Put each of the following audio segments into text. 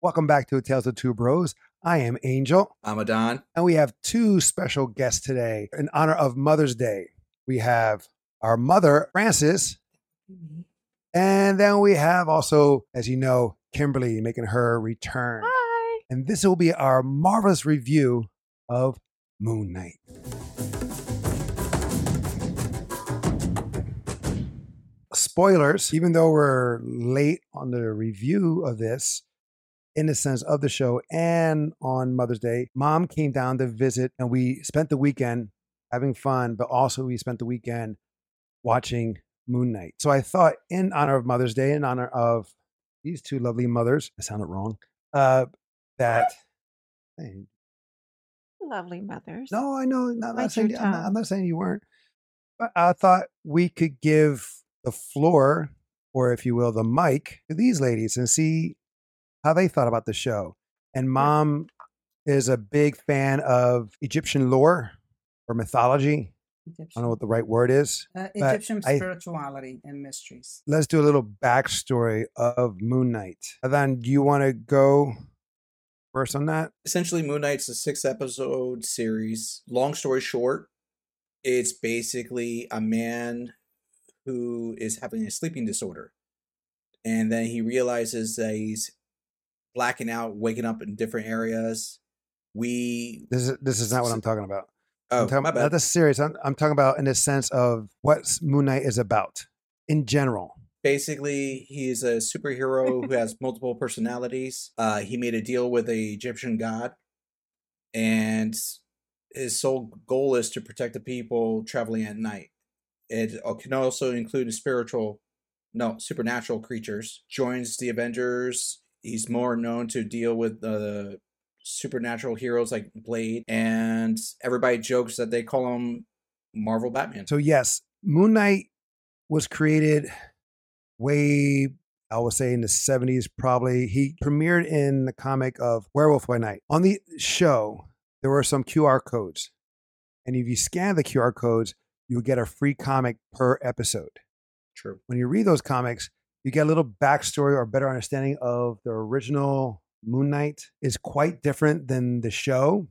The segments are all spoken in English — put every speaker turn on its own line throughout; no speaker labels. Welcome back to Tales of Two Bros. I am Angel,
Amadan.
and we have two special guests today in honor of Mother's Day. We have our mother, Frances, and then we have also, as you know, Kimberly making her return.
Hi.
And this will be our marvelous review of Moon Knight. Spoilers, even though we're late on the review of this, in the sense of the show and on Mother's Day, mom came down to visit and we spent the weekend having fun, but also we spent the weekend watching Moon Knight. So I thought, in honor of Mother's Day, in honor of these two lovely mothers, I sounded wrong, uh, that. Hey,
Lovely mothers.
no, I know. Not, not
Bite
saying,
your
I'm, not, I'm
tongue.
not saying you weren't. But I thought we could give the floor, or if you will, the mic to these ladies and see how they thought about the show. And mom is a big fan of Egyptian lore or mythology. I don't know what the right word is.
Uh,
but
Egyptian
I-
spirituality and mysteries.
Let's do a little backstory of Moon Knight. Adan, do you want to go first on that?
Essentially, Moon Knight's a six episode series. Long story short, it's basically a man who is having a sleeping disorder. And then he realizes that he's blacking out, waking up in different areas. We.
This is this is not what I'm talking about.
Oh,
I'm talking,
my
Not
bad.
the series. I'm, I'm talking about in the sense of what s- Moon Knight is about in general.
Basically, he's a superhero who has multiple personalities. Uh, he made a deal with a Egyptian god, and his sole goal is to protect the people traveling at night. It al- can also include spiritual, no, supernatural creatures. Joins the Avengers. He's more known to deal with the supernatural heroes like Blade, and everybody jokes that they call him Marvel Batman.
So yes, Moon Knight was created way I would say in the 70s probably. He premiered in the comic of Werewolf by Night. On the show, there were some QR codes. And if you scan the QR codes, you'll get a free comic per episode.
True.
when you read those comics, you get a little backstory or better understanding of the original Moon Knight is quite different than the show,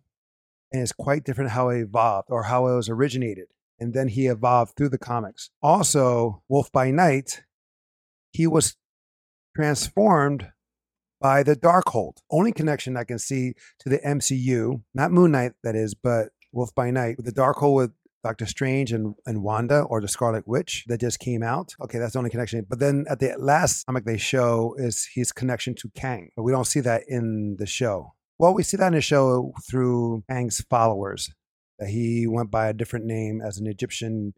and it's quite different how it evolved or how it was originated. And then he evolved through the comics. Also, Wolf by Night, he was transformed by the Darkhold. Only connection I can see to the MCU, not Moon Knight, that is, but Wolf by Night. The Darkhold with Doctor Strange and, and Wanda or the Scarlet Witch that just came out. Okay, that's the only connection. But then at the last comic they show is his connection to Kang. But we don't see that in the show. Well, we see that in the show through Kang's followers. That he went by a different name as an Egyptian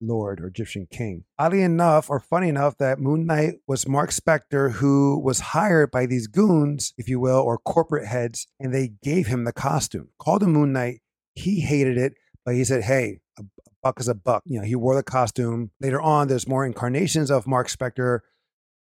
lord or Egyptian king. Oddly enough, or funny enough, that Moon Knight was Mark Spector, who was hired by these goons, if you will, or corporate heads, and they gave him the costume. Called him Moon Knight. He hated it. But he said, hey, a b- a buck is a buck. You know, he wore the costume. Later on, there's more incarnations of Mark Spector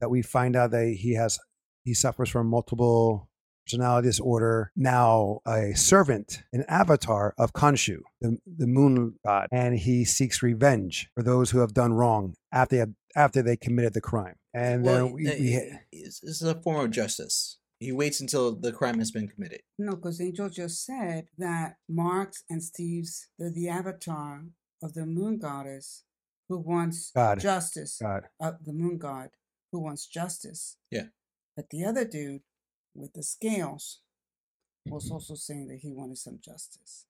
that we find out that he has he suffers from multiple personality disorder. Now a servant, an avatar of Khonshu, the, the moon god, and he seeks revenge for those who have done wrong after they have, after they committed the crime. And
Well, eh,
then we,
it-
we
it- it's, it's a form of justice. He waits until the crime has been committed.
No, because Angel just said that Mark's and Steve's, they're the avatar of the moon goddess who wants
God.
justice.
God,
Uh, the moon god who wants justice.
Yeah.
But the other dude with the scales
Mm-hmm.
was also saying that he wanted some justice.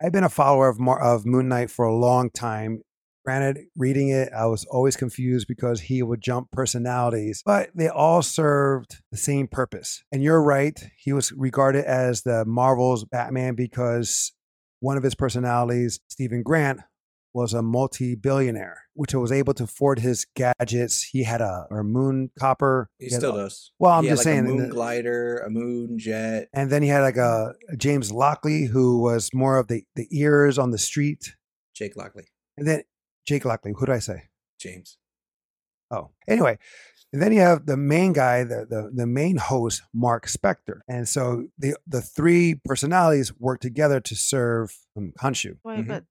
I've been a follower of Mar- of Moon Knight for a long time. Granted, reading it, I was always confused because he would jump personalities, but they all served the same purpose. And you're right, he was regarded as the Marvel's Batman because one of his personalities, Stephen Grant, was a multi-billionaire, which was able to afford his gadgets. He had a or moon copper.
He
had
still
a-
does.
Well, I'm
He had,
just
like,
saying
a moon
uh,
glider, a moon jet.
and then he had like a, a James Lockley who was more of the, the ears on the street.
Jake Lockley,
And then Jake Lockley, who did I say?
James.
Oh, anyway. And then you have the main guy, the, the, the main host, Mark Spector. And so the, the three personalities work together to serve um, Khonshu.
Wait,
Mhm.
but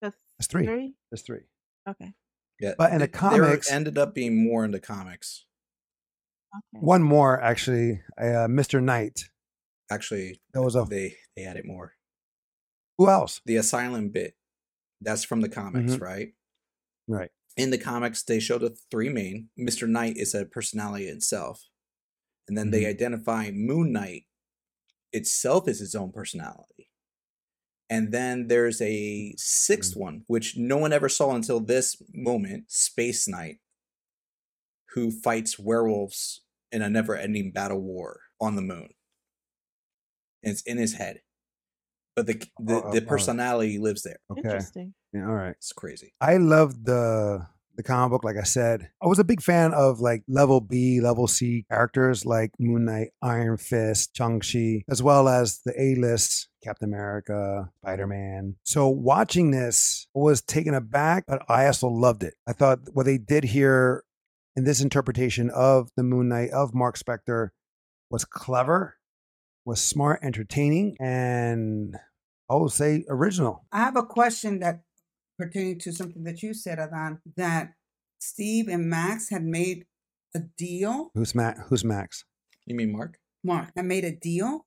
the
That's three.
three?
That's three.
Okay.
Yeah,
But in the
th- there
comics-
ended up being more in the comics.
Okay.
One more, actually, uh, Mr. Knight.
Actually,
That was a
they they added more.
who else?
The asylum bit, that's from the comics,
Mhm.
right?
Right.
In the comics, they show the three main. Mister Knight is a personality itself, and then
Mm-hmm.
they identify Moon Knight itself as his own personality. And then there's a 6th
Mm-hmm.
one, which no one ever saw until this moment Space Knight, who fights werewolves in a never ending battle war on the moon. And it's in his head. But the, the,
Uh,
Oh, oh,
the
oh.
personality lives there.
Okay.
Interesting.
Yeah, all right.
It's crazy.
I loved the the comic book. Like I said, I was a big fan of like level B, level C characters like Moon Knight, Iron Fist, Chung Chi, as well as the A list Captain America, Spider Man. So watching this was taken aback, but I also loved it. I thought what they did here in this interpretation of the Moon Knight of Mark Spector was clever, was smart, entertaining, and I would say original.
I have a question that pertaining to something that you said, Adan, that Steve and Max had made a deal.
Who's Max? Who's Max?
You mean Mark?
Mark had made a deal.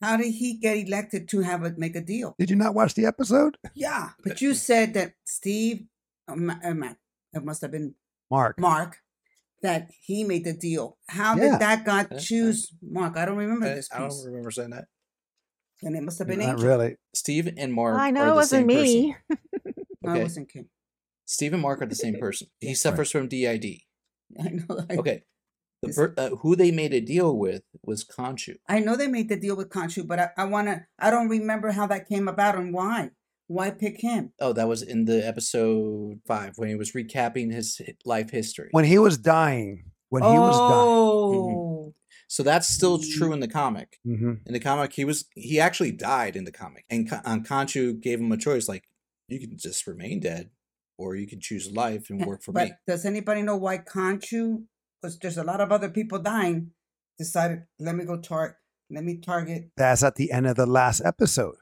How did he get elected to have a make a deal?
Did you not watch the episode?
Yeah, but you said that Steve, uh, Ma- uh, Ma- it must have been
Mark.
Mark, that he made the deal. How
Yeah.
did that guy
I- I-
choose Mark? I don't remember
I,
this
I don't
piece,
remember saying that.
and it must have been
Not
Angel.
really.
Steve and Mark.
I
are
know it
the
wasn't
same person.
me.
No, it
Okay.
wasn't Kim.
Steve and Mark are the same person. He
Right.
suffers from DID.
I know. I,
Okay. The
Is-
per- uh, who they made a deal with was Conchu.
I know they made the deal with Conchu, but I, I want to. I don't remember how that came about and why. Why pick him?
Oh, that was in the episode five when he was recapping his hi- life history.
When he was dying, Mm-hmm. when he was
oh,
so that's still
Mm-hmm.
true in the comic.
dying, hmm
In the comic, he was he actually died in the comic, and Con- and Conchu gave him a choice like you can just remain dead, or you can choose life
Eh,
and work for
but
me.
does anybody know why Conchu? Because there's a lot of other people dying. Decided, let me go target. Let me target.
that's at the end of the last episode.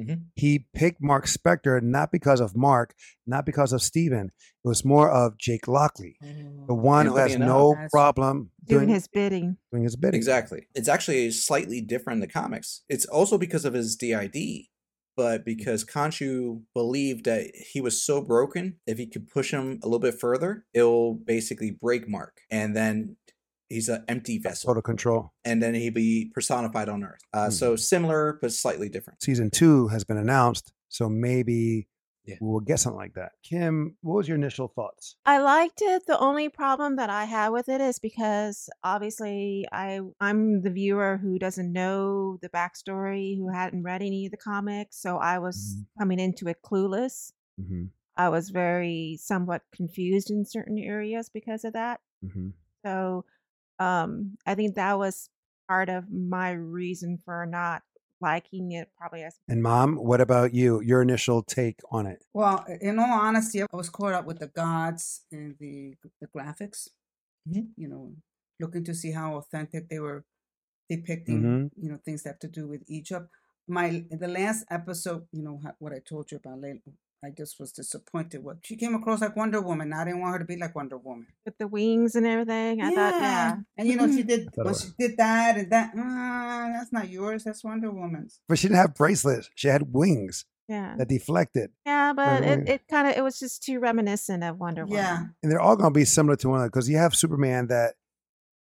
Mhm.
He picked Mark Spector not because of Mark, not because of Steven. It was more of Jake Lockley,
Mm.
the one who has
Anthony and
no
That's-
problem
Doing,
doing,
his bidding.
doing his bidding.
Exactly. It's actually slightly different in the comics. It's also because of his DID,
Mm.
but because Kanchu believed that he was so broken, if he could push him a little bit further, it'll basically break Mark. And then he's an empty vessel.
Total Mm-hmm. control.
And then he'd be personified on Earth. Uh, So similar, but slightly different.
Season two has been announced, so maybe
Yeah.
we'll get something like that. Kim, what was your initial thoughts?
I liked it. The only problem that I had with it is because obviously I I'm the viewer who doesn't know the backstory, who hadn't read any of the comics, so I was coming into it clueless.
Mm-hmm.
I was very somewhat confused in certain areas because of that.
Mm-hmm.
So um I think that was part of my reason for not liking it probably as
And mom, what about you? Your initial take on it?
Well, i- in all honesty, I was caught up with the gods and the the graphics.
Mhm.
You know, looking to see how authentic they were depicting.
Mhm.
You know, things that have to do with Egypt. My the last episode, you know ha- what I told you about. Layla, I just was disappointed. What she came across like Wonder Woman. I didn't want her to be like Wonder Woman.
with the wings and everything. I thought, yeah. Mm-hmm.
and you know she did.
thought it
Well,
was-
she did that and that. Uh, that's not yours. That's Wonder Woman's.
But she didn't have bracelets. She had wings
Yeah.
that deflected.
Yeah, but
right.
it, it kind of it was just too reminiscent of Wonder Woman.
Yeah.
and they're all going to be similar to one another because you have Superman that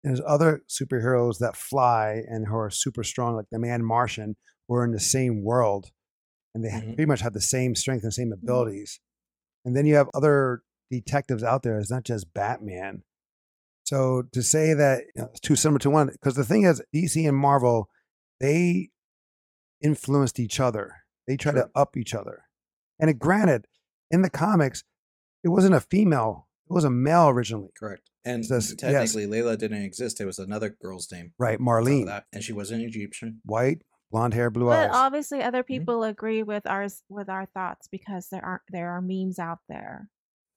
and there's other superheroes that fly and who are super strong, like the Man Martian, who are in the same world, and they ha-
Mhm.
pretty much have the same strength and same
Mm-hmm.
abilities. And then you have other detectives out there. It's not just Batman. So to say that you know, it's too similar to one, because the thing is, DC and Marvel, they influenced each other. They try to
Sure.
up each other. And it, granted, in the comics, it wasn't a female; it was a male originally.
Correct. And
So that's- yes.
technically, Layla didn't exist. It was another girl's name.
Right,
on top of
Marlene,
Oh, that, And she wasn't Egyptian.
white, blonde hair, blue
But um,
eyes.
obviously, other
mm-hmm.
people agree with ours with our thoughts because there are there are memes out there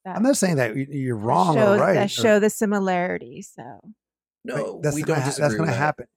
that
I'm not saying that you- you're
that
wrong
show,
or right. or-
that show the similarity. So
but
No,
that's
we
gonna
don't
ha-
disagree.
That's going
with
to
that.
happen.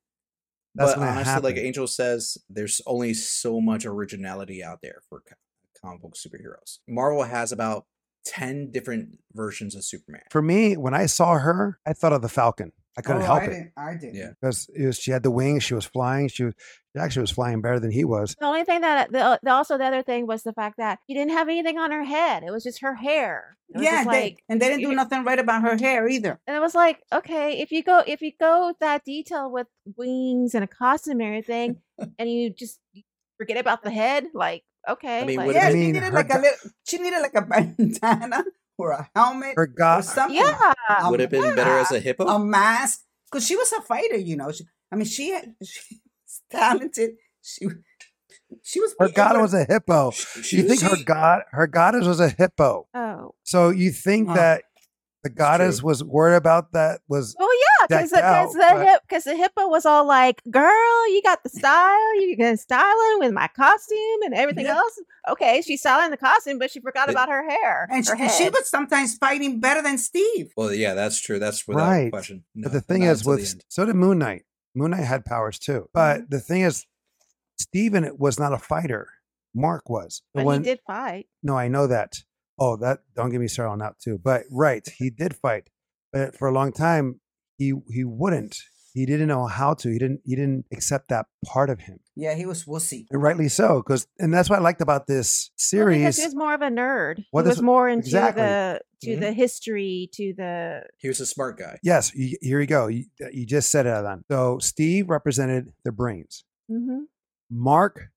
That's
but
gonna
honestly, like
happen.
Angel says, there's only so much originality out there for co- comic book superheroes. Marvel has about ten different versions of Superman.
For me, when I saw her, I thought of the Falcon. I couldn't
Oh,
help
I
it
Didn't, I did.
Yeah.
because it was, she had the wings, she was flying, she, was, she actually was flying better than he was.
The only thing that the, the also the other thing was the fact that he didn't have anything on her head. It was just her hair. It was
Yeah,
just
they-
like
and they didn't do
you-
nothing right about her hair either.
and it was like, okay, if you go if you go that detail with wings and a costume and everything, and you just forget about the head, like okay,
mean,
like-
would it
yeah,
I
she
mean,
needed
her
like a
ga-
little, she needed like a bandana or a helmet
Her
or
God,
something,
yeah,
Um,
Would have been better as
yeah.
a hippo.
Um,
a mask, because she was a fighter. You know, she, I mean, she had, she was talented. She she was.
her
it
God was a hippo.
She-
You think her
she-
God, her goddess was a hippo.
oh,
So you think
Huh.
that the goddess
true.
was worried about that was
oh yeah, because
Decked out,
because the
but-
hip because the hippo was all like, girl, you got the style, you can style it with my costume and everything
Yeah.
else. Okay, she's styling the costume, but she forgot
It-
about her hair.
and she,
her
and she
head.
was sometimes fighting better than Steve.
Well, yeah, that's true. That's without
Right.
question.
But
No,
the thing
not
is,
until
with
the
S-
end.
so did Moon Knight. Moon Knight had powers too. But the thing is, Steven was not a fighter. Mark was.
but
When-
he did fight.
No, I know that. Oh, that don't get me started on that too. But right, he did fight, but for a long time he he wouldn't. He didn't know how to. He didn't. He didn't accept that part of him,
Yeah, he was wussy.
and rightly so. Because and that's what I liked about this
Well,
series.
because he was more of a nerd.
Well,
he
this
was more into
exactly.
the to
Mhm.
the history, to the
He was a smart guy.
yes, you, here we go. You, you just said it, Alan. So Steve represented the brains.
mhm,
Mark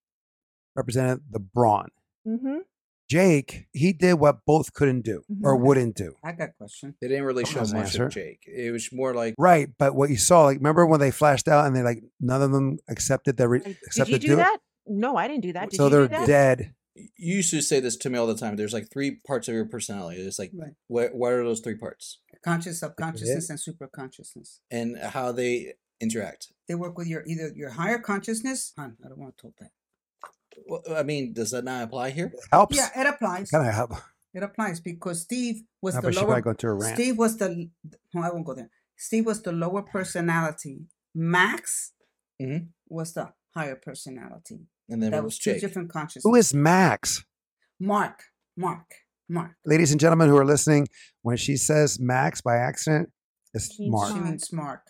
represented the brawn.
mhm.
Jake, he did what both couldn't do or
Mhm.
wouldn't do.
I got a question.
They didn't really
Someone
show
has
much
an answer.
of Jake. It was more like
Right, but what you saw, like, remember when they flashed out and they like none of them accepted their re-
Did
accepted
you do
doing-
that? No, I didn't do that. Did
so
you
they're
do that?
dead.
you used to say this to me all the time. There's like three parts of your personality. There's like
Right.
what what are those three parts
Conscious, subconsciousness, and superconsciousness.
and how they interact.
They work with your either your higher consciousness. Hon, I don't want to talk that.
Well, I mean, does that not apply here?
Helps.
Yeah, it applies.
Kind of help.
It applies because Steve was
I
the
should probably
lower.
go into a rant.
Steve was the. No, I won't go there. Steve was the lower personality. Max
Mm-hmm.
Mhm.
was the higher personality.
And then
that
what
was
was
two
Jake?
different consciousness.
Who is Max?
Mark? Mark. Mark.
Ladies and gentlemen who are listening, when she says Max by accident, it's
She means
Mark.
She
Mark.
means Mark.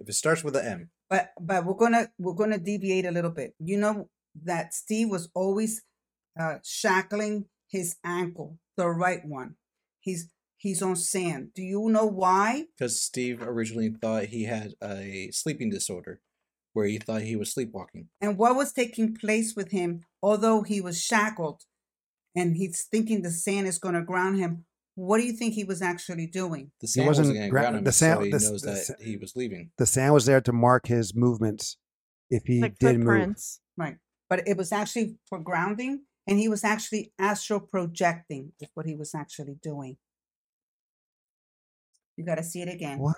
If it starts with an M,
But but we're gonna we're gonna deviate a little bit. You know that Steve was always uh, shackling his ankle, the right one. He's he's on sand. Do you know why?
because Steve originally thought he had a sleeping disorder, where he thought he was sleepwalking.
and what was taking place with him, although he was shackled and he's thinking the sand is going to ground him, what do you think he was actually doing?
The sand
wasn't
wasn't, going to
gra-
ground him,
the
so
sand-
he
the s-
knows
the
that
sa-
he was leaving.
The sand was there to mark his movements if he
like
did move.
footprints.
Right. But it was actually for grounding, and he was actually astral projecting, is what he was actually doing. You got to see it again.
What?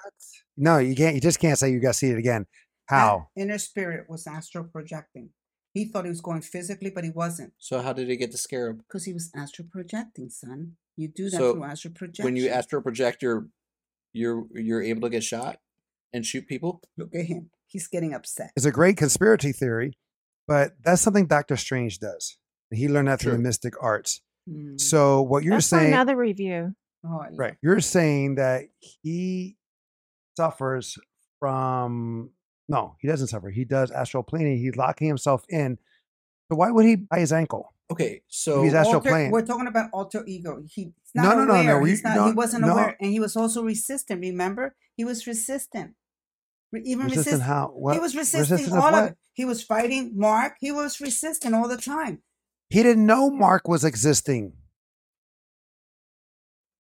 No, you can't. You just can't say you got to see it again.
That
How?
inner spirit was astral projecting. He thought he was going physically, but he wasn't
So how did he get the scarab?
because he was astral projecting, son. You do that
So,
through astral projection.
When you astral project, you're you're you're able to get shot and shoot people.
look at him, he's getting upset.
It's a great conspiracy theory, but that's something Doctor Strange does. He learned that through the
True.
mystic arts.
Hmm.
So what you're
Mm. That's for
saying
another review.
Oh, I
Right. You're saying that he suffers from no, he doesn't suffer. He does astral planing. He's locking himself in. So why would he buy his ankle?
Okay, so
He's astral
Alter-
plane.
We're talking about alter ego. He, he's
No,
not
no, no, no,
aware.
we-
He's not,
no,
he wasn't
no.
aware, and he was also resistant. Remember, he was resistant. Re- Even
Resistant
resistant.
how? What?
He was resisting
Resistant of
all of
what?
it. He was fighting Mark. He was resistant all the time.
He didn't know Mark was existing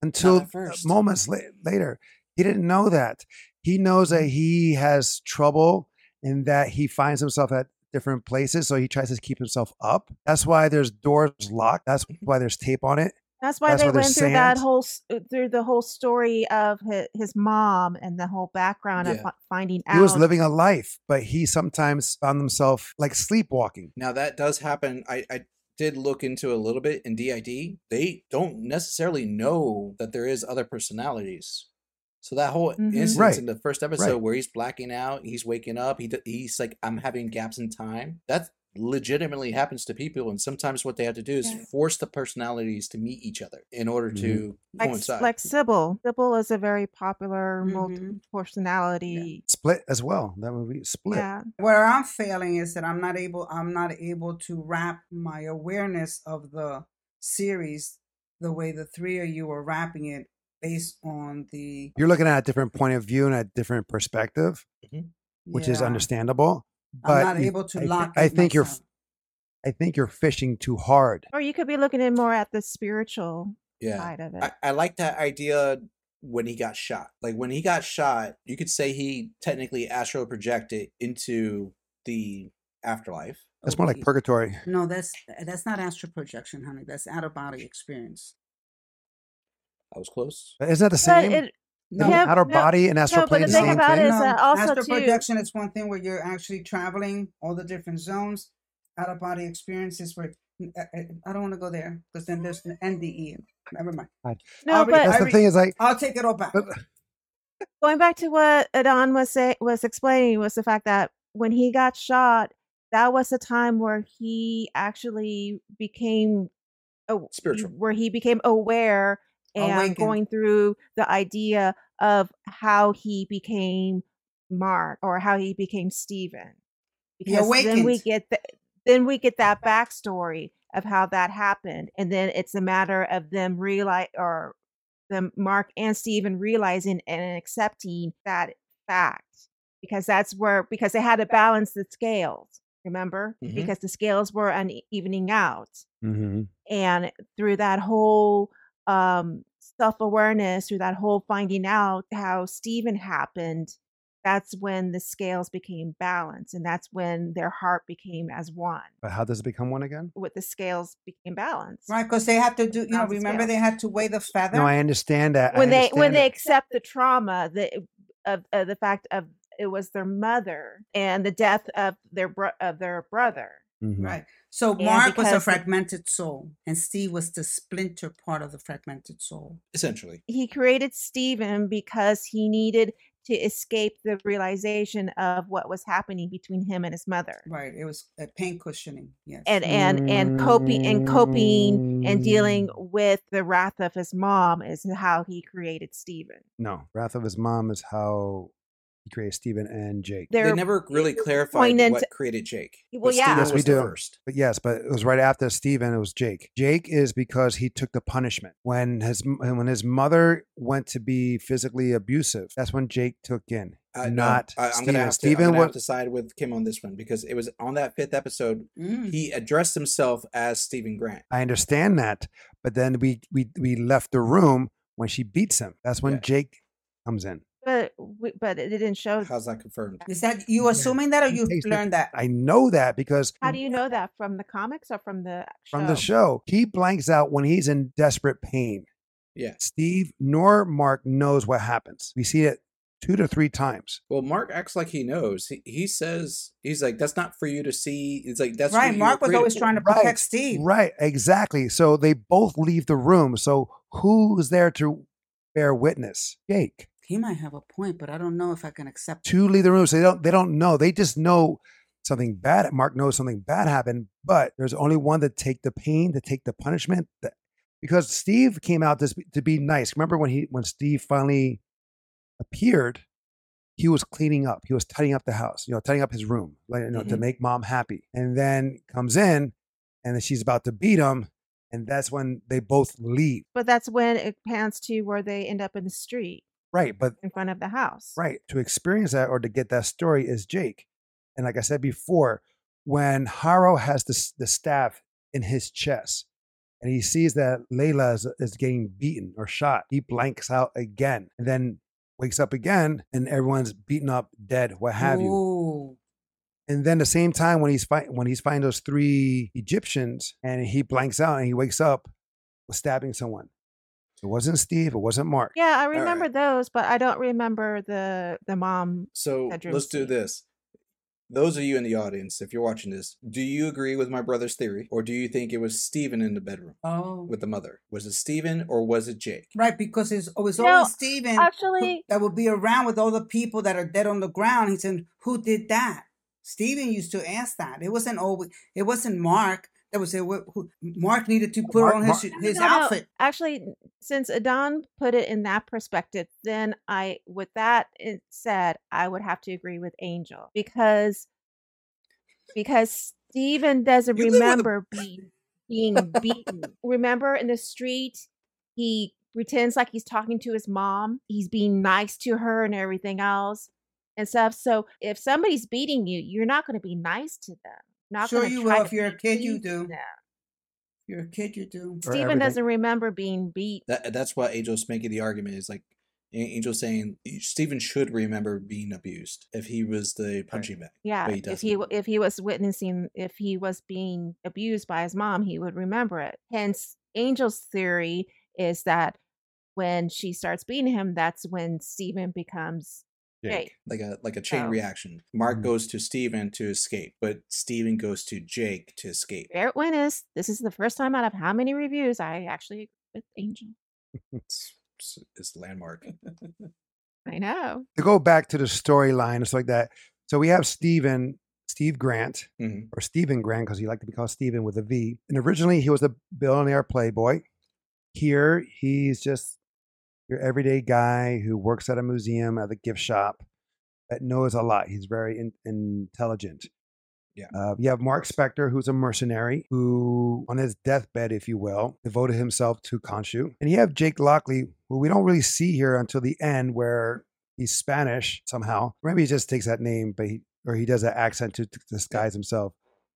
until
at first.
moments la- later. He didn't know that. He knows that he has trouble and that he finds himself at different places. So he tries to keep himself up. That's why there's doors locked. That's
Mm-hmm.
why there's tape on it.
That's why
That's
they
why there's
went through that
sand.
whole s- uh, through the whole story of his, his mom and the whole background of
Yeah.
fi- finding out.
He was living a life, but he sometimes found himself like sleepwalking.
Now that does happen. I, I did look into it a little bit in DID. They don't necessarily know that there is other personalities. So that whole
Mhm.
instance
Right,
in the first episode where he's blacking out, he's waking up, he d- he's like, I'm having gaps in time. That's legitimately happens to people and sometimes what they have to do is
Yeah.
force the personalities to meet each other in order
Mhm.
to
Like, s-
coincide
like Sybil. Sybil is a very popular multi
Mhm.
personality.
Split as well. That movie Split.
Yeah.
where i'm failing is that i'm not able i'm not able to wrap my awareness of the series the way the three of you are wrapping it based on the
You're looking at a different point of view and a different perspective, which is
Yeah.
understandable. But
i'm not
you-
able to
I thi-
lock
I
it
think you're
myself.
I think you're fishing too hard.
Or you could be looking in more at the spiritual
yeah
side of it.
I, I like that idea when he got shot. Like when he got shot, you could say he technically astral projected into the afterlife.
That's more like
Okay.
purgatory.
No, that's that's not astral projection, honey. That's out of body experience.
I was close.
Isn't that the
but
same?
it,
Isn't
No,
outer
no,
body and astral
no, but
plane
the
the
thing
same
about
thing?
it is that also
astral
too-
projection is one thing where you're actually traveling all the different zones. Out of body experiences where I, I- I don't want to go there because then there's an NDE. Never mind.
no,
Aubrey,
but
That's the
Every-
thing is like
I'll take it all back.
But-
going back to what Adon was say, was explaining was the fact that when he got shot, that was the time where he actually became aw-
Spiritual.
where he became aware and
Awakened.
going through the idea of how he became Mark or how he became Stephen. Because then we
awakened.
get the, then we get that backstory of how that happened, and then it's a matter of them realize or the Mark and Stephen realizing and accepting that fact because that's where because they had to balance the scales, remember?
Mm-hmm.
Mhm.
Because the scales were unevening out, Mm-hmm.
Mhm.
and through that whole um, self awareness, through that whole finding out how Stephen happened, that's when the scales became balanced, and that's when their heart became as one.
But how does it become one again?
With the scales became balanced.
Right, because they have to do. You know,
Balance the
remember
scales.
they had to weigh the feather.
No, I understand that. I
when they when
understand
they
that.
accept the trauma the of, of the fact of it was their mother and the death of their bro- of their brother
Mhm.
Right. So
And
Mark was a
because the-
fragmented soul, and Steve was the splinter part of the fragmented soul.
Essentially.
he created Stephen because he needed to escape the realization of what was happening between him and his mother
Right. It was a pain cushioning. Yes.
and and and coping and coping and dealing
Mm.
with the wrath of his mom is how he created Stephen
Mm-hmm. No, Wrath of His Mom is how he created Stephen and Jake.
They're-
they never really
it's
clarified
poignant-
what created Jake.
Well,
but
yeah.
Steven
Yes, we
was the
do.
First.
But yes, but it was right after Stephen. It was Jake. Jake is because he took the punishment when his m- when his mother went to be physically abusive. That's when Jake took in,
Uh, no,
not
I, I'm
Stephen.
gonna, have to, I'm
Stephen
gonna have to
was
side with Kim on this one because it was on that fifth episode
Mm.
he addressed himself as Stephen Grant.
I understand that, but then we we we left the room when she beats him. That's when
Yeah.
Jake comes in.
but we, but it didn't show
How's that confirmed?
Is that you
Yeah.
assuming that, or
He
you
takes it-
learned that?
I know that because
how do you know that from the comics or from the
from the show he blanks out when he's in desperate pain.
Yeah.
Steve nor Mark knows what happens. We see it two to three times.
Well, Mark acts like he knows. He, he says he's like that's not for you to see. It's like that's
right.
what
Mark was always
trying to.
trying to
Right,
protect Steve.
Right, exactly. So they both leave the room. So who's there to bear witness? Jake.
He might have a point, but I don't know if I can accept.
Two leave the room. So they don't they don't know. They just know something bad. Mark knows something bad happened, but there's only one to take the pain, to take the punishment. that- because Steve came out to, sp- to be nice. Remember when he when Steve finally appeared, he was cleaning up. He was tidying up the house, you know, tidying up his room, like you know, to
Mhm.
make mom happy. And then comes in, and then she's about to beat him, and that's when they both leave.
but that's when it pans to where they end up in the street
Right, but
in front of the house.
right to experience that or to get that story is Jake. And like I said before, when Haro has the s- the staff in his chest, and he sees that Layla is, is getting beaten or shot, he blanks out again, and then wakes up again, and everyone's beaten up, dead, what have you.
Ooh.
And then the same time when he's fight when he's fighting those three Egyptians and he blanks out and he wakes up with stabbing someone. It wasn't Steve, it wasn't Mark.
Yeah, I
right.
remember those, but I don't remember the the mom.
So
bedroom
let's do
scene.
this. Those of you in the audience, if you're watching this, do you agree with my brother's theory, or do you think it was Steven in the bedroom
Oh.
with the mother? Was it Steven or was it Jake?
Right, because it's it was
No,
always Steven who-
Actually,
that would be around with all the people that are dead on the ground. He said, "Who did that?" Steven used to ask that. It wasn't always. It wasn't Mark that was it. Who, Mark needed to put
Mark-
on
Mark-
his his
No, no,
outfit.
Actually, since Adon put it in that perspective, then I, with that it said, I would have to agree with Angel because because Stephen doesn't
You live with a-
remember being being beaten. Remember in the street, he pretends like he's talking to his mom. He's being nice to her and everything else and stuff. So if somebody's beating you, you're not going to be nice to them. Not
Sure
gonna
you
try
will.
to
If you're a kid, you
please
do.
them.
You're a kid, you do.
Or
Stephen
everything.
doesn't remember being beat.
That that's why Angel's making the argument is like A- Angel's saying Stephen should remember being abused if he was the punching bag.
Yeah,
he
if he w-
doesn't.
if he was witnessing if he was being abused by his mom, he would remember it. Hence, Angel's theory is that when she starts beating him, that's when Stephen becomes Jake.
Like a like a chain
So-
reaction. Mark
Mhm.
Mm-hmm.
goes to Stephen to escape, but Stephen goes to Jake to escape.
Fair witness. This is the first time out of how many reviews I actually agree with Angel.
It's, it's, it's landmark.
I know.
to go back to the storyline and stuff like that. So we have Stephen, Steve Grant,
Mhm.
or Stephen Grant, because he liked to be called Stephen with a V. And originally he was a billionaire playboy. Here he's just your everyday guy who works at a museum at a gift shop that knows a lot. He's very in- intelligent.
Yeah.
Uh, you have Mark Spector, who's a mercenary who, on his deathbed, if you will, devoted himself to Khonshu. And you have Jake Lockley, who we don't really see here until the end, where he's Spanish somehow. Maybe he just takes that name, but he, or he does that accent to, to disguise himself.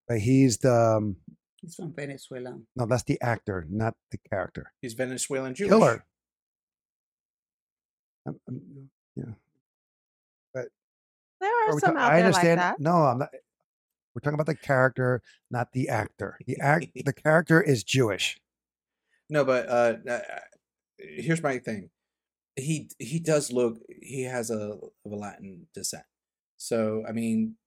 But he's the um,
He's from Venezuela.
no, that's the actor, not the character.
He's Venezuelan Jewish.
Killer. I'm- I'm-
There
Are
are,
we
some
ta-
out there like that.
No, I'm not. We're talking about the character, not the actor. The act, the character is Jewish.
No, but uh, uh, here's my thing. He he does look. He has a of a Latin descent. So I mean,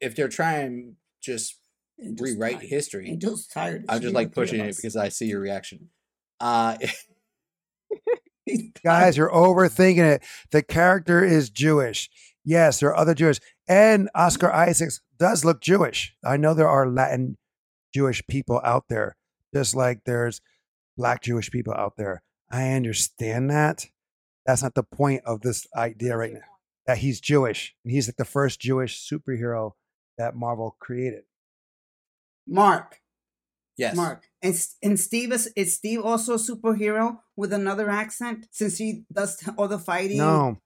if they're trying just
Angel's
rewrite
tired.
history,
Angel's tired.
I'm just like pushing it because I see your reaction. Uh,
Guys, you're overthinking it. The character is Jewish. Yes, there are other Jewish, and Oscar Isaacs does look Jewish. I know there are Latin Jewish people out there, just like there's Black Jewish people out there. I understand that. That's not the point of this idea right now. That he's Jewish, and he's like the first Jewish superhero that Marvel created.
Mark,
yes,
Mark, and S- and Steve is is Steve also a superhero with another accent since he does all the fighting?
No.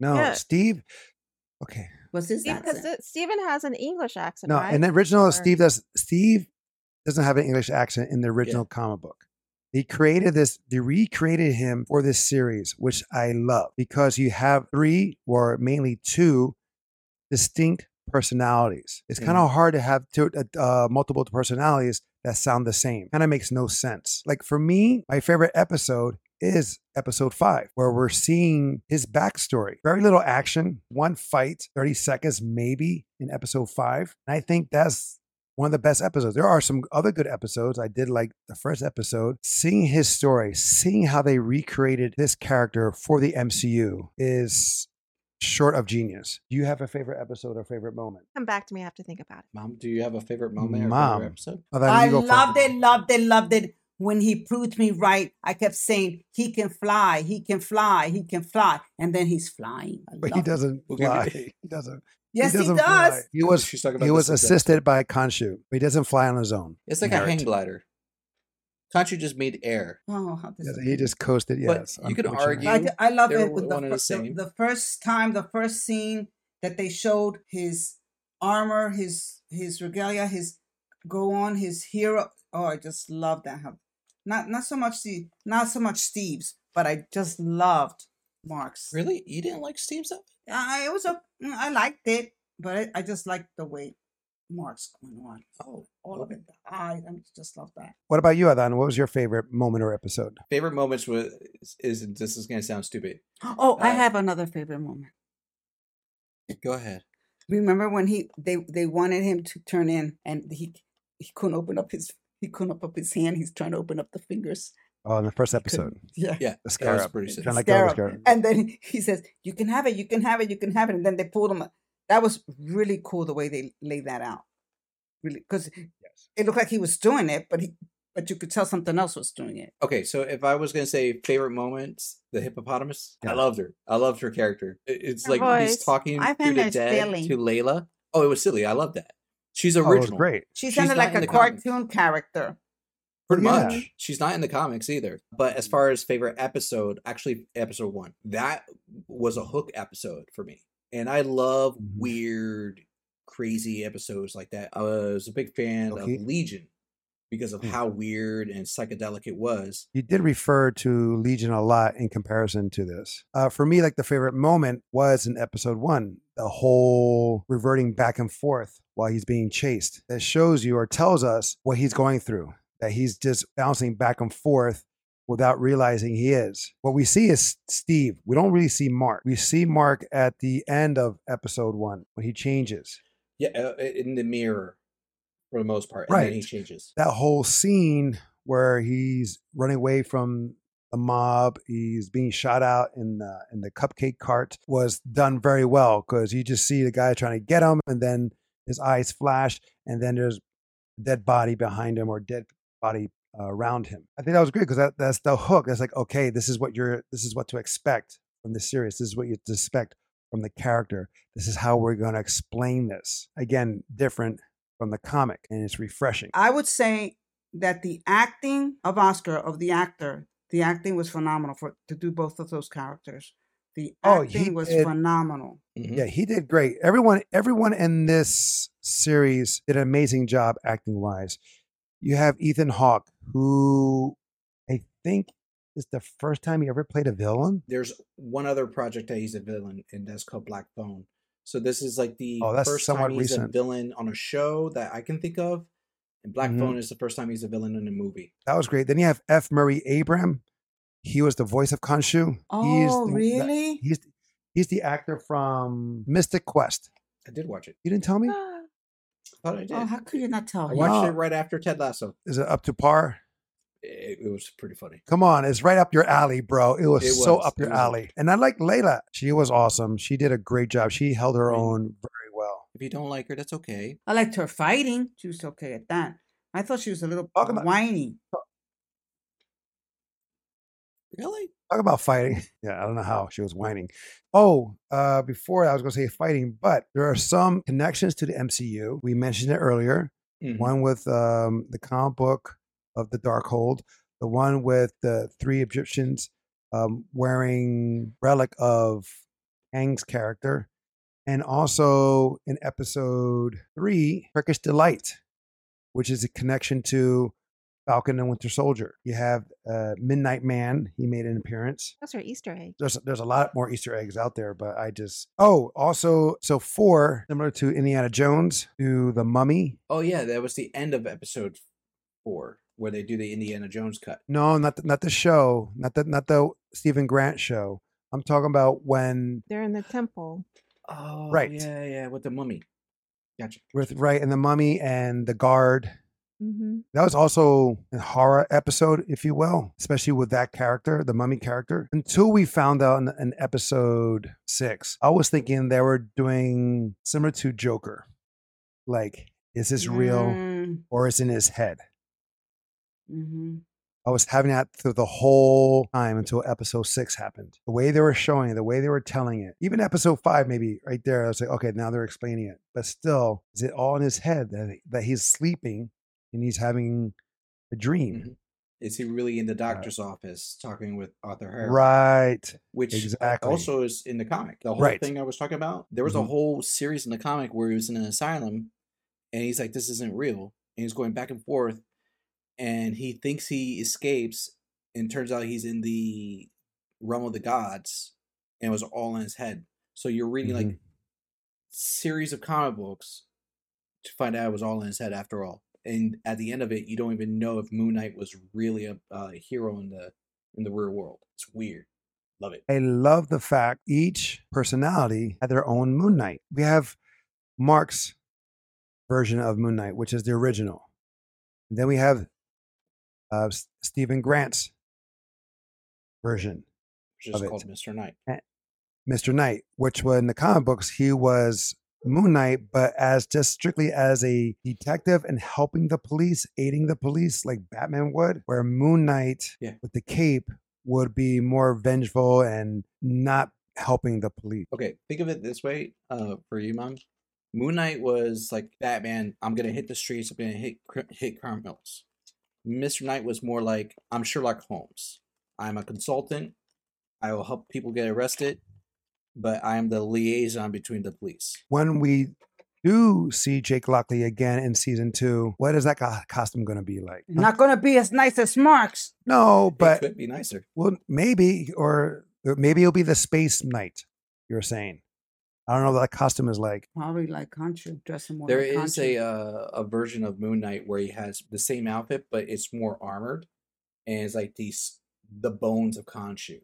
No,
Yeah.
Steve. Okay.
what's his
Steve-
accent?
Because it- Stephen has an English accent,
No,
right?
in the original,
Or-
Steve does. Steve doesn't have an English accent in the original comic book. He created this. They recreated him for this series, which I love because you have three, or mainly two, distinct personalities. It's kind of hard to have two uh, uh, multiple personalities that sound the same. Kind of makes no sense. Like for me, my favorite episode is episode five, where we're seeing his backstory. Very little action, one fight, 30 seconds maybe in episode five. And I think that's one of the best episodes. There are some other good episodes. I did like the first episode. Seeing his story, seeing how they recreated this character for the MCU is short of genius. Do you have a favorite episode or favorite moment?
Come back to me. I have to think about it.
Mom, do you have a favorite moment or
Mom.
favorite episode?
Other than
I
you go first.
loved it, loved it, loved it. When he proved me right, I kept saying he can fly, he can fly, he can fly, and then he's flying. I
But he
loved it.
doesn't
We'll give
fly.
you-
He doesn't.
Yes, he,
doesn't
does.
fly. He was
She's talking about
he
this
was
exact-
assisted by Khonshu. But he doesn't fly on his own.
It's like a
Merit.
hang glider. Can't you just made air?
Oh, how
Yeah,
does
he just coasted.
But
Yes,
you could
unfortunately.
argue-
I, d- I love
They're
it with the,
one and
fir-
the same.
the the first time, the first scene that they showed his armor, his his regalia, his go on, his hero. Oh, I just love that. How- Not not so much the not so much Steve's, but I just loved Mark's.
Really, you didn't like Steve's? up-
I, it was a mm, I liked it, but I, I just liked the way Mark's going on.
Oh,
All of it. I, I just love that.
What about you, Adan? What was your favorite moment or episode?
favorite moments was is this is gonna sound stupid.
Oh, I
Uh,
have another favorite moment.
Go ahead.
Remember when he they they wanted him to turn in and he he couldn't open up his he couldn't open up his hand. He's trying to open up the fingers.
Oh, in the first
couldn't.
episode,
Yeah.
Yeah,
the
that was
scarab.
pretty
Kinda
sick.
like the other
Scarab.
scarab.
And then he says, "You can have it. You can have it. You can have it." And then they pulled him. That was really cool the way they laid that out. Really, because
Yes.
it looked like he was doing it, but he, but you could tell something else was doing it.
Okay, so if I was gonna say favorite moments, the hippopotamus,
Yeah.
I loved her. I loved her character. It- It's
Her
like
voice.
he's talking
I
through
found
the
that
dead
silly.
to Layla. Oh, it was silly. I love that. She's
Oh, it was
original.
great.
She
She's
sounded
not
like
in
a
the comics.
cartoon character.
Pretty
Yeah.
much. She's not in the comics either. But as far as favorite episode, actually episode one, that was a hook episode for me. And I love
Mhm.
weird, crazy episodes like that. I was a big fan
Okay.
of Legion because of
Hmm.
how weird and psychedelic it was.
You did refer to Legion a lot in comparison to this. Uh, for me, like the favorite moment was in episode one, the whole reverting back and forth while he's being chased. That shows you or tells us what he's going through, that he's just bouncing back and forth without realizing he is. What we see is Steve. We don't really see Mark. We see Mark at the end of episode one when he changes.
Yeah, uh, i- in the mirror for the most part. And then he
Right.
changes.
that whole scene where he's running away from the mob, he's being shot out in the in the cupcake cart was done very well because you just see the guy trying to get him, and then his eyes flash, and then there's dead body behind him or dead body uh, around him. I think that was great because that, that's the hook. That's like okay, this is what you're, this is what to expect from the series. This is what you expect from the character. This is how we're going to explain this. Again, different from the comic, and it's refreshing.
I would say that the acting of Oscar of the actor, the acting was phenomenal for to do both of those characters. The
Oh,
acting
he
was
did-
phenomenal.
Mhm.
Yeah, he did great. Everyone, everyone in this series did an amazing job acting wise. You have Ethan Hawke, who I think is the first time he ever played a villain.
There's one other project that he's a villain, and that's called Black Phone. So this is like the
Oh, that's
first
somewhat
time he's a
recent.
villain on a show that I can think of, and Black
Mhm.
Phone is the first time he's a villain in a movie.
That was great. Then you have F. Murray Abram. He was the voice of Khonshu. He is
Oh,
the-
really?
He's he's the actor from Mystic Quest.
I did watch it.
You didn't tell me.
Uh.
I thought I did.
Oh, how could you not tell?
I
him?
watched
No.
it right after Ted Lasso.
Is it up to par?
It, it was pretty funny.
Come on, it's right up your alley, bro. It was,
It
so
was,
up
it
your
was up-
alley. And I like Layla. She was awesome. She did a great job. She held her
I mean-
own very well.
If you don't like her, that's okay.
I liked her fighting. She was okay at that. I thought she was a little
Talk about-
whiny.
Really?
Talk about fighting. Yeah, I don't know how she was whining. Oh, uh, before I was going to say fighting, but there are some connections to the MCU. We mentioned it earlier.
Mhm.
One with um, the comic book of the Darkhold, the one with the three Egyptians um, wearing relic of Kang's character, and also in episode three, Turkish Delight, which is a connection to Falcon and Winter Soldier. You have uh, Midnight Man; he made an appearance.
That's her Easter egg.
There's there's a lot more Easter eggs out there, but I just oh also so four similar to Indiana Jones to the Mummy.
Oh yeah, that was the end of episode four where they do the Indiana Jones cut.
No, not the, not the show, not the not the Stephen Grant show. I'm talking about when
They're in the temple.
Oh
Right.
Yeah, yeah, with the mummy. Gotcha.
with right and the Mummy and the Guard.
Mm-hmm.
That was also a horror episode, if you will, especially with that character, the mummy character. Until we found out in, in episode six, I was thinking they were doing similar to Joker. Like, is this real
Mm.
or is it in his head?
Mm-hmm.
I was having that through the whole time until episode six happened. The way they were showing it, the way they were telling it, even episode five, maybe right there, I was like, okay, now they're explaining it. But still, is it all in his head that, that he's sleeping and he's having a dream?
Mhm. Is he really in the doctor's office talking with Arthur Harris?
Right.
Mm-hmm. Which uh,
exactly.
also is in the comic. The whole
Right.
thing I was talking about. There was
Mhm.
a whole series in the comic where he was in an asylum, and he's like, "This isn't real," and he's going back and forth, and he thinks he escapes, and turns out he's in the realm of the gods, and it was all in his head. So you're reading
Mm-hmm.
like series of comic books to find out it was all in his head after all. And at the end of it, you don't even know if Moon Knight was really a uh, hero in the in the real world. It's weird. Love it.
I love the fact each personality had their own Moon Knight. We have Mark's version of Moon Knight, which is the original. And then we have uh, S- Stephen Grant's version,
It's just
Love it.
called Mr. Knight.
Mr. Knight, which when the comic books, he was Moon Knight, but as just strictly as a detective and helping the police, aiding the police like Batman would, where Moon Knight
Yeah.
with the cape would be more vengeful and not helping the police.
Okay, think of it this way, uh, for you, mom. Moon Knight was like Batman. I'm gonna hit the streets. I'm gonna hit cr- hit criminals. Mister Knight was more like I'm Sherlock Holmes. I'm a consultant. I will help people get arrested, but I am the liaison between the police.
When we do see Jake Lockley again in season two, what is that co- costume going to be like? Huh?
Not gonna be as nice as Mark's.
no,
But it
but
could be nicer.
Well, maybe, or or maybe it'll be the space knight you were saying. I don't know what that costume is like.
Probably like country, dressing more
There
like
is
country.
a uh, a version of Moon Knight where he has the same outfit, but it's more armored, and it's like these the bones of Khonshu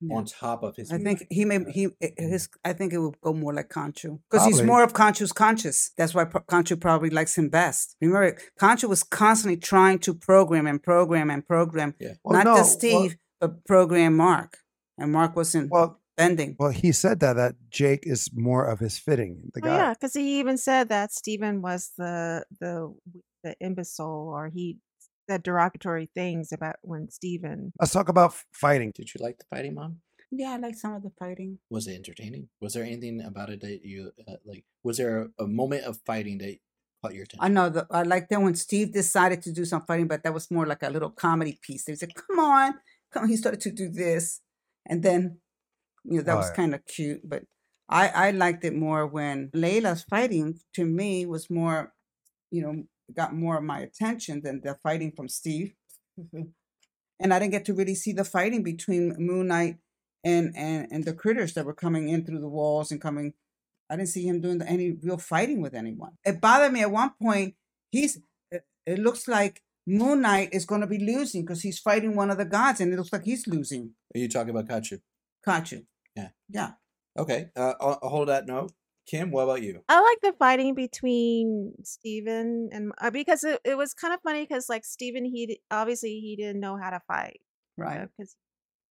Yeah.
on top of his.
I
Moon
think
Knight.
he may
Uh,
he i- his I think it would go more like Conchu because he's
Probably.
more of Conchu's conscious. That's why pro- Conchu probably likes him best. Remember, Conchu was constantly trying to program and program and program,
Well,
not
no,
just Steve, but program Mark, and Mark wasn't
Well, well,
bending.
well, he said that that Jake is more of his fitting. The
Oh,
guy.
yeah, because he even said that Stephen was the the the imbecile, or he said derogatory things about when Stephen.
Let's talk about f- fighting.
Did you like the fighting, mom?
Yeah, I like some of the fighting.
Was it entertaining? Was there anything about it that you uh, like? Was there a, a moment of fighting that caught your
I
attention?
know that I like that when Steve decided to do some fighting, but that was more like a little comedy piece. They said, "Come on, come." on." He started to do this, and then you know that
Oh,
was
yeah.
kind of cute. But I I liked it more when Layla's fighting. To me, was more, you know, got more of my attention than the fighting from Steve. and I didn't get to really see the fighting between Moon Knight and and and the critters that were coming in through the walls and coming I didn't see him doing the, any real fighting with anyone. It bothered me at one point. He's it, it looks like Moon Knight is going to be losing because he's fighting one of the gods, and it looks like he's losing.
Are you talking about Kachu?
Caught you?
Yeah.
yeah.
Okay, uh, I'll, I'll hold that note. Kim, what about you?
I like the fighting between Stephen and uh, because it, it was kind of funny because like Stephen, he d- obviously he didn't know how to fight.
Right.
because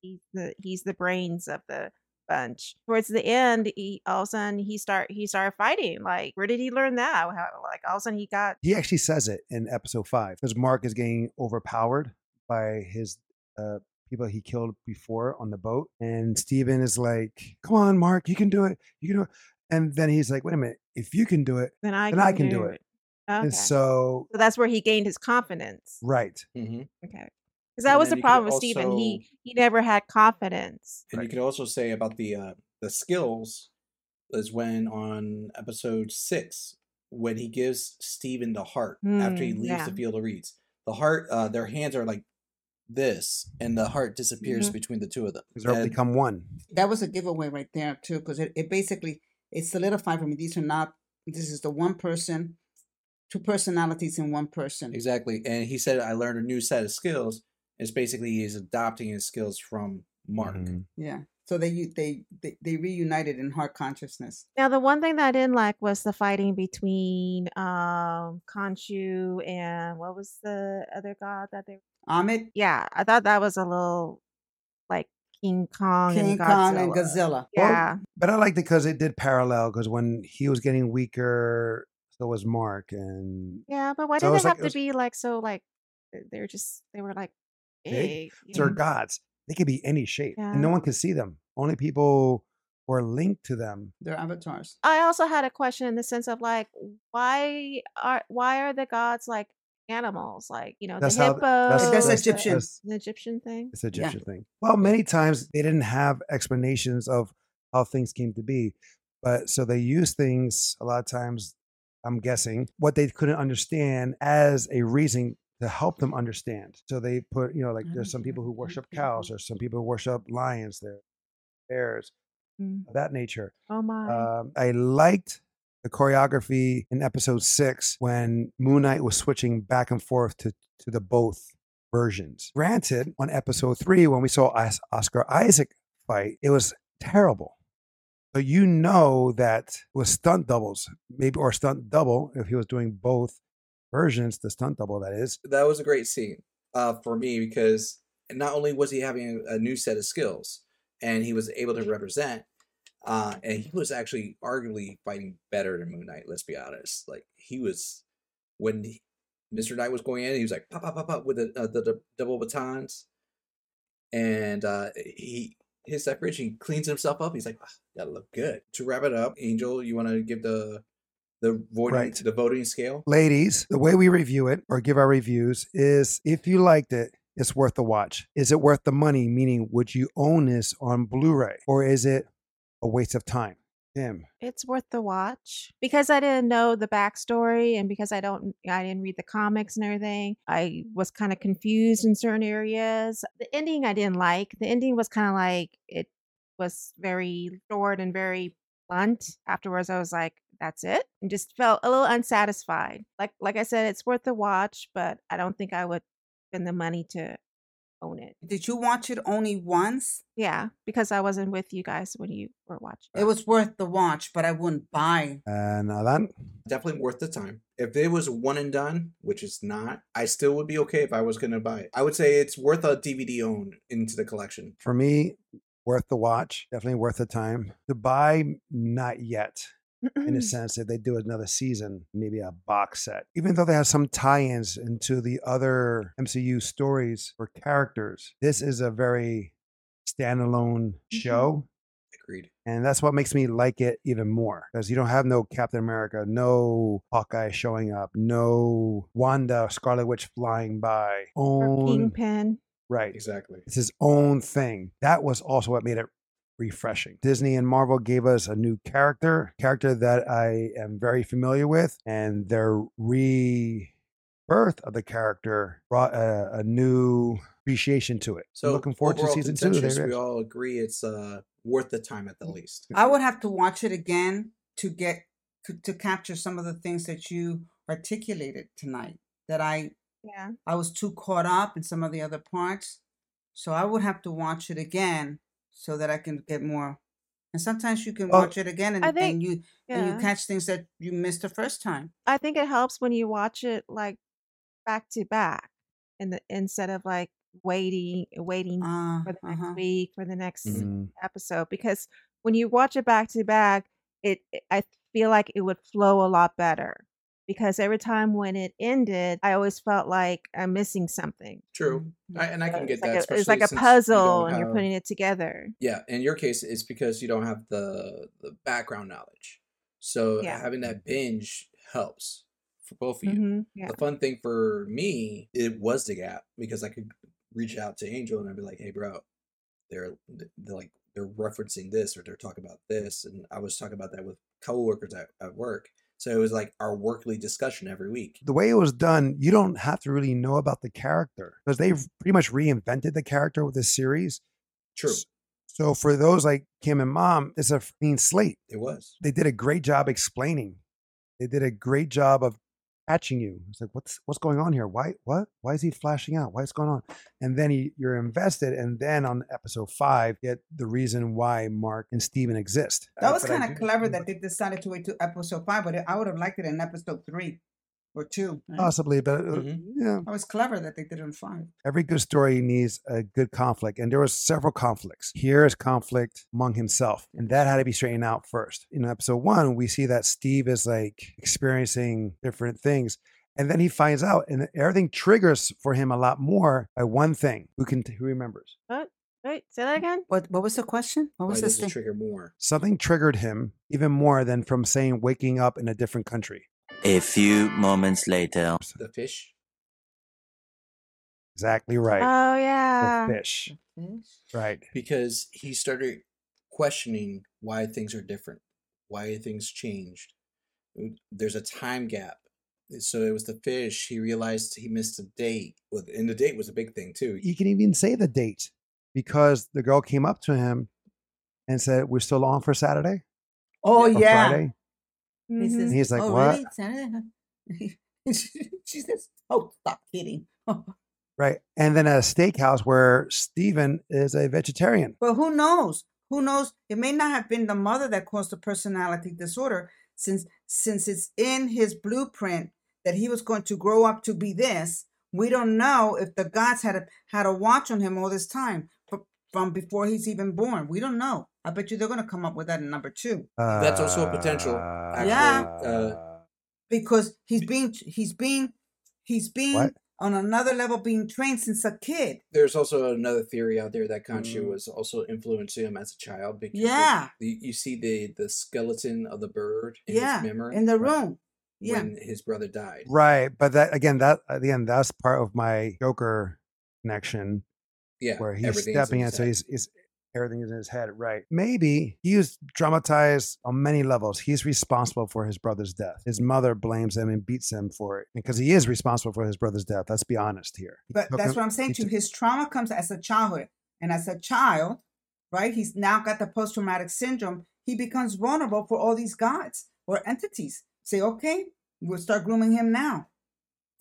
he's the he's the brains of the bunch. Towards the end, he, all of a sudden he start he started fighting. Like where did he learn that? How, like all of a sudden he got
He actually says it in episode five because Mark is getting overpowered by his uh, people he killed before on the boat, and Steven is like, "Come on, Mark, you can do it. You can do it." And then he's like, "Wait a minute, if you can do it."
then I
Then I can do it.
Okay.
And
So-,
so,
that's where he gained his confidence.
right.
Mm-hmm.
Okay. Because that
And
was
then you
the
could
problem with Steven. He he never had confidence.
And you
Right.
can also say about the uh, the skills is when on episode six when he gives Steven the heart after he
Hmm,
leaves
yeah.
the field of reeds. The heart, uh, their hands are like this, and the heart disappears
Mhm.
between the two of them.
Because they'll
And-
become one.
That was a giveaway right there too, because it, it basically it solidified for me. These are not. This is the one person, two personalities in one person.
Exactly. And he said, I learned a new set of skills. It's basically he's adopting his skills from Mark.
Mhm.
Yeah. So they u- they they, they reunited in heart consciousness.
Now the one thing that I didn't like was the fighting between um Khonshu and what was the other god that they
Amit,
yeah, I thought that was a little like King Kong
King
and Godzilla.
Kong, and Godzilla.
Well,
Yeah,
But I liked it because it did parallel. Because when he was getting weaker, so was Mark, and
yeah, but why
So it
did
was
it
like-
have
it
to
was-
be like so like th- they were just they were like
Big?
big?
they're
yeah.
gods. They could be any shape, and no
Yeah.
one could see them. Only people who are linked to them.
Their avatars.
I also had a question in the sense of like why are why are the gods like animals like you know
That's
the
how.
hippo
th- That's,
That's
the-
Egyptian.
the Oh, Egyptian thing
It's an Egyptian thing. Well, many times they didn't have explanations of how things came to be, but so they use things a lot of times. I'm guessing what they couldn't understand as a reason to help them understand. So they put, you know, like there's
Mm.
some people who worship cows, or some people who worship lions, there, bears,
Mm.
of that nature.
oh my
Um, I liked the choreography in episode six when Moon Knight was switching back and forth to, to the both versions. Granted, on episode three, when we saw Os- Oscar Isaac fight, it was terrible. So you know that with stunt doubles, maybe or stunt double, if he was doing both versions, the stunt double that is,
That was a great scene uh, for me because not only was he having a, a new set of skills and he was able to represent, Uh, and he was actually arguably fighting better than Moon Knight. Let's be honest. Like he was when he- Mr. Knight was going in, he was like pop pop pop pop with the uh, the, the double batons, and uh, he his separation he cleans himself up. He's like "Ah, gotta look good. To wrap it up, Angel, you want to give the the voting
Right.
the voting scale?
Ladies, the way we review it or give our reviews is if you liked it, it's worth the watch. Is it worth the money? Meaning, would you own this on Blu ray or is it a waste of time? Tim,
It's worth the watch because I didn't know the backstory and because I don't, I didn't read the comics and everything. I was kind of confused in certain areas. The ending I didn't like. The ending was kind of like it was very short and very blunt. Afterwards, I was like, "That's it," and just felt a little unsatisfied. Like, like I said, it's worth the watch, but I don't think I would spend the money to own it.
Did you watch it only once?
Yeah, because I wasn't with you guys when you were watching.
It was worth the watch, but I wouldn't buy.
and Alan.
Definitely worth the time. If it was one and done, which it's not, I still would be okay if I was gonna buy it. I would say it's worth a DVD own into the collection.
For me, worth the watch, definitely worth the time. To buy, not yet. in a
Mm.
sense if they do another season maybe a box set even though they have some tie-ins into the other mcu stories or characters this is a very standalone show
Agreed.
and that's what makes me like it even more because you don't have no captain america no hawkeye showing up no wanda scarlet witch flying by
Or
own
Kingpin.
right
Exactly.
it's his own thing. That was also what made it refreshing. Disney and Marvel gave us a new character, character that I am very familiar with, and their rebirth of the character brought a, a new appreciation to it. So
So
I'm looking forward to
overall
season two. There
consensus,
it
We
is.
all agree it's uh, worth the time at the least.
I would have to watch it again to get to, to capture some of the things that you articulated tonight. That I
Yeah.
I was too caught up in some of the other parts, so I would have to watch it again so that I can get more. And sometimes you can
Well,
watch it again and,
I
and
think-
you and
Yeah.
you catch things that you missed the first time.
I think it helps when you watch it like back to back in the instead of like waiting waiting
Uh,
for the
uh-huh.
next week for the next
Mm-hmm.
Mm.
episode because when you watch it back to back it it- I feel like it would flow a lot better because every time when it ended I always felt like I'm missing something.
True,
Mm-hmm.
I, and I
So
can
it's
get
like
that.
a, it's like a
especially since you don't
puzzle and you're
have-
putting it together.
Yeah, in your case, it's because you don't have the the background knowledge. So
Yeah.
having that binge helps for both of you.
hmm Yeah.
The fun thing for me, it was the gap because I could reach out to Angel and I'd be like, "Hey, bro, they're, they're like they're referencing this or they're talking about this," and I was talking about that with coworkers at, at work. So it was like our workly discussion every week.
The way it was done, you don't have to really know about the character because they've pretty much reinvented the character with this series.
True,
So for those like Kim and Mom, it's a clean slate.
it was.
they did a great job explaining. They did a great job of catching you. It's like, what's what's going on here? Why what? Why is he flashing out? Why is going on? And then you, you're invested. And then on episode five, get the reason why Mark and Steven exist.
That
Uh,
was
but I
kind of
do-
clever that they decided to wait to episode five, but I would have liked it in episode three or two. right?
Possibly, but uh,
Mhm.
yeah,
That was clever that they did it in five.
every good story needs a good conflict, and there was several conflicts. Here is conflict among himself, and that had to be straightened out first. In episode one, we see that Steve is like experiencing different things, and then he finds out, and everything triggers for him a lot more by one thing. Who can who remembers?
Right. Say
Mm-hmm.
that again.
What What was the question? What
Why
was
does
this
it
thing?
trigger more?
Something triggered him even more than from saying waking up in a different country.
A few moments later.
The fish?
Exactly right.
Oh
The
yeah.
fish. Right.
Because he started questioning why things are different, why things changed. There's a time gap. So it was the fish. He realized he missed a date. Well, and the date was a big thing too. E,
he can even say the date because the girl came up to him and said, "We're still on for Saturday
Oh
or
yeah.
Friday."
He
Mhm.
says,
He's like,
"Oh,
"What?"
really? Saturday?" she says, "Oh, stop kidding." but
Right, and then at a steakhouse where Steven is a vegetarian.
who knows? Who knows? It may not have been the mother that caused the personality disorder, since since it's in his blueprint that he was going to grow up to be this. We don't know if the gods had a had a watch on him all this time, fr- from before he's even born. We don't know. I bet you they're going to come up with that in number two
That's also a potential, actually.
Yeah.
Uh,
because he's being he's being he's being
What?
on another level, being trained since a kid.
There's also another theory out there that Khonshu
Mm.
was also influencing him as a child because of
Yeah,
the, you see the the skeleton of the bird in
Yeah,
his memory
in the room. Yeah,
when his brother died.
right, but that again, that again, that's part of my Joker connection.
Yeah,
where he's
everything's
stepping in,
his
so
head.
he's, he's everything is in his head, right? Maybe he is dramatized on many levels. He's responsible for his brother's death. His mother blames him and beats him for it because he is responsible for his brother's death. Let's be honest here. He
but
took
that's
him-
what I'm saying
he
too.
took-
His trauma comes as a childhood, and as a child, right? He's now got the post traumatic syndrome. He becomes vulnerable for all these gods or entities. Say, okay, we'll start grooming him now.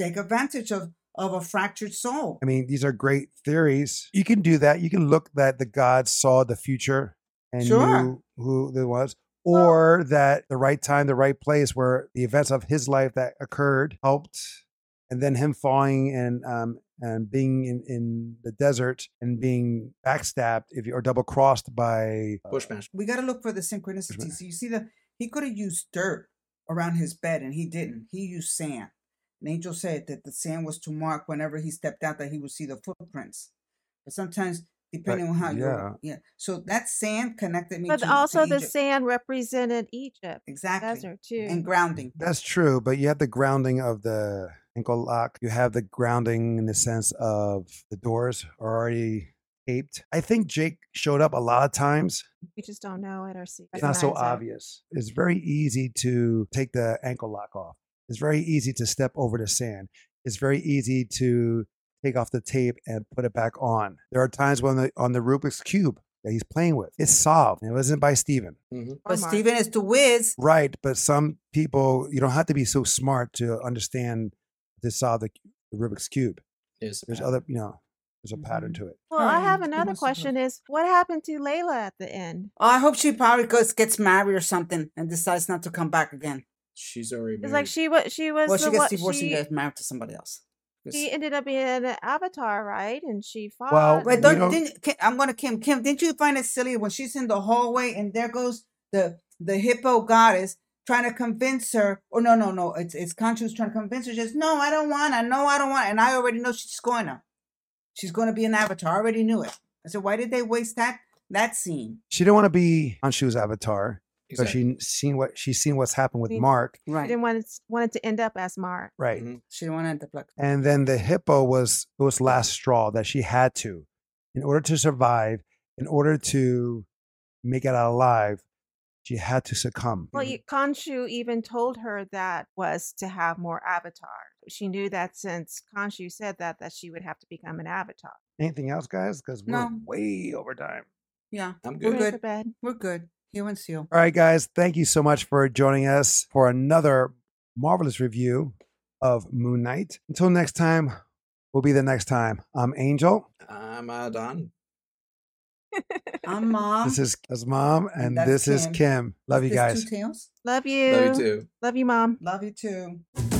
Take advantage of of a fractured soul.
I mean, these are great theories. You can do that. You can look that the gods saw the future and
Sure.
knew who there was. Or that the right time, the right place, where the events of his life that occurred helped, and then him falling and um, and being in, in the desert and being backstabbed, if you, or double crossed by uh,
Bushmaster.
We got to look for the synchronicities. You see that he could have used dirt around his bed and he didn't. He used sand. An angel said that the sand was to mark whenever he stepped out that he would see the footprints. But sometimes, depending on how you, yeah. So that sand connected me.
But
to,
also,
to
the
Egypt.
sand represented Egypt,
exactly,
desert too.
and grounding.
That's true, but you have the grounding of the ankle lock. You have the grounding in the sense of the doors are already taped. I think Jake showed up a lot of times.
we just don't know it or see.
It's not so
recognize it.
obvious. It's very easy to take the ankle lock off. It's very easy to step over the sand. It's very easy to take off the tape and put it back on. There are times when the, on the Rubik's cube that he's playing with, it's solved. It wasn't by Steven.
Or
But
Mark.
Stephen is the whiz.
Right, but some people you don't have to be so smart to understand to solve the, the Rubik's cube.
Is
There's
that-
other, you know, there's a pattern
Mhm.
to it.
Well, I
Alright,
have
let's go
another
on to
question:
the-
Is what happened to Layla at the end?
Oh, I hope she probably goes gets married or something and decides not to come back again.
she's already
It's
married.
like she was. She was.
Well, she
the
gets
what,
divorced and
she,
gets married to somebody else.
she ended up being an avatar, right? And she fought.
Wait,
Wait,
We
and-
don't,
don't-
didn't, Kim, I'm gonna Kim. Kim, didn't you find it silly when she's in the hallway and there goes the the hippo goddess trying to convince her? Or no, no, no, it's it's Conchu's trying to convince her. Just no, I don't want. I know I don't want. And I already know she's going to. She's going to be an avatar. I already knew it. I said, why did they waste that that scene?
She didn't want to be on Shu's avatar, so
Exactly.
she seen what she's seen what's happened with
See.
Mark,
She
Right.
didn't want it, wanted to end up as Mark.
right?
Mhm.
She didn't want to end up like
And then the hippo was it was last straw that she had to, in order to survive, in order to make it out alive, she had to succumb.
Well,
Mm-hmm.
you- Khonshu even told her that was to have more avatar. She knew that since Khonshu said that, that she would have to become an avatar.
Anything else, guys? Because we're
No.
way over time.
Yeah,
I'm
We're
good.
We're
good.
to bed.
we're good. You and Seal.
All right, guys, thank you so much for joining us for another marvelous review of Moon Knight. Until next time, we'll be the next time. I'm Angel.
I'm uh, Don.
I'm mom.
This is his mom,
And
and
that's
this is
Kim.
Kim. Love you
There's
guys.
Two tails.
Love you.
Love you too.
Love you, mom.
Love you too.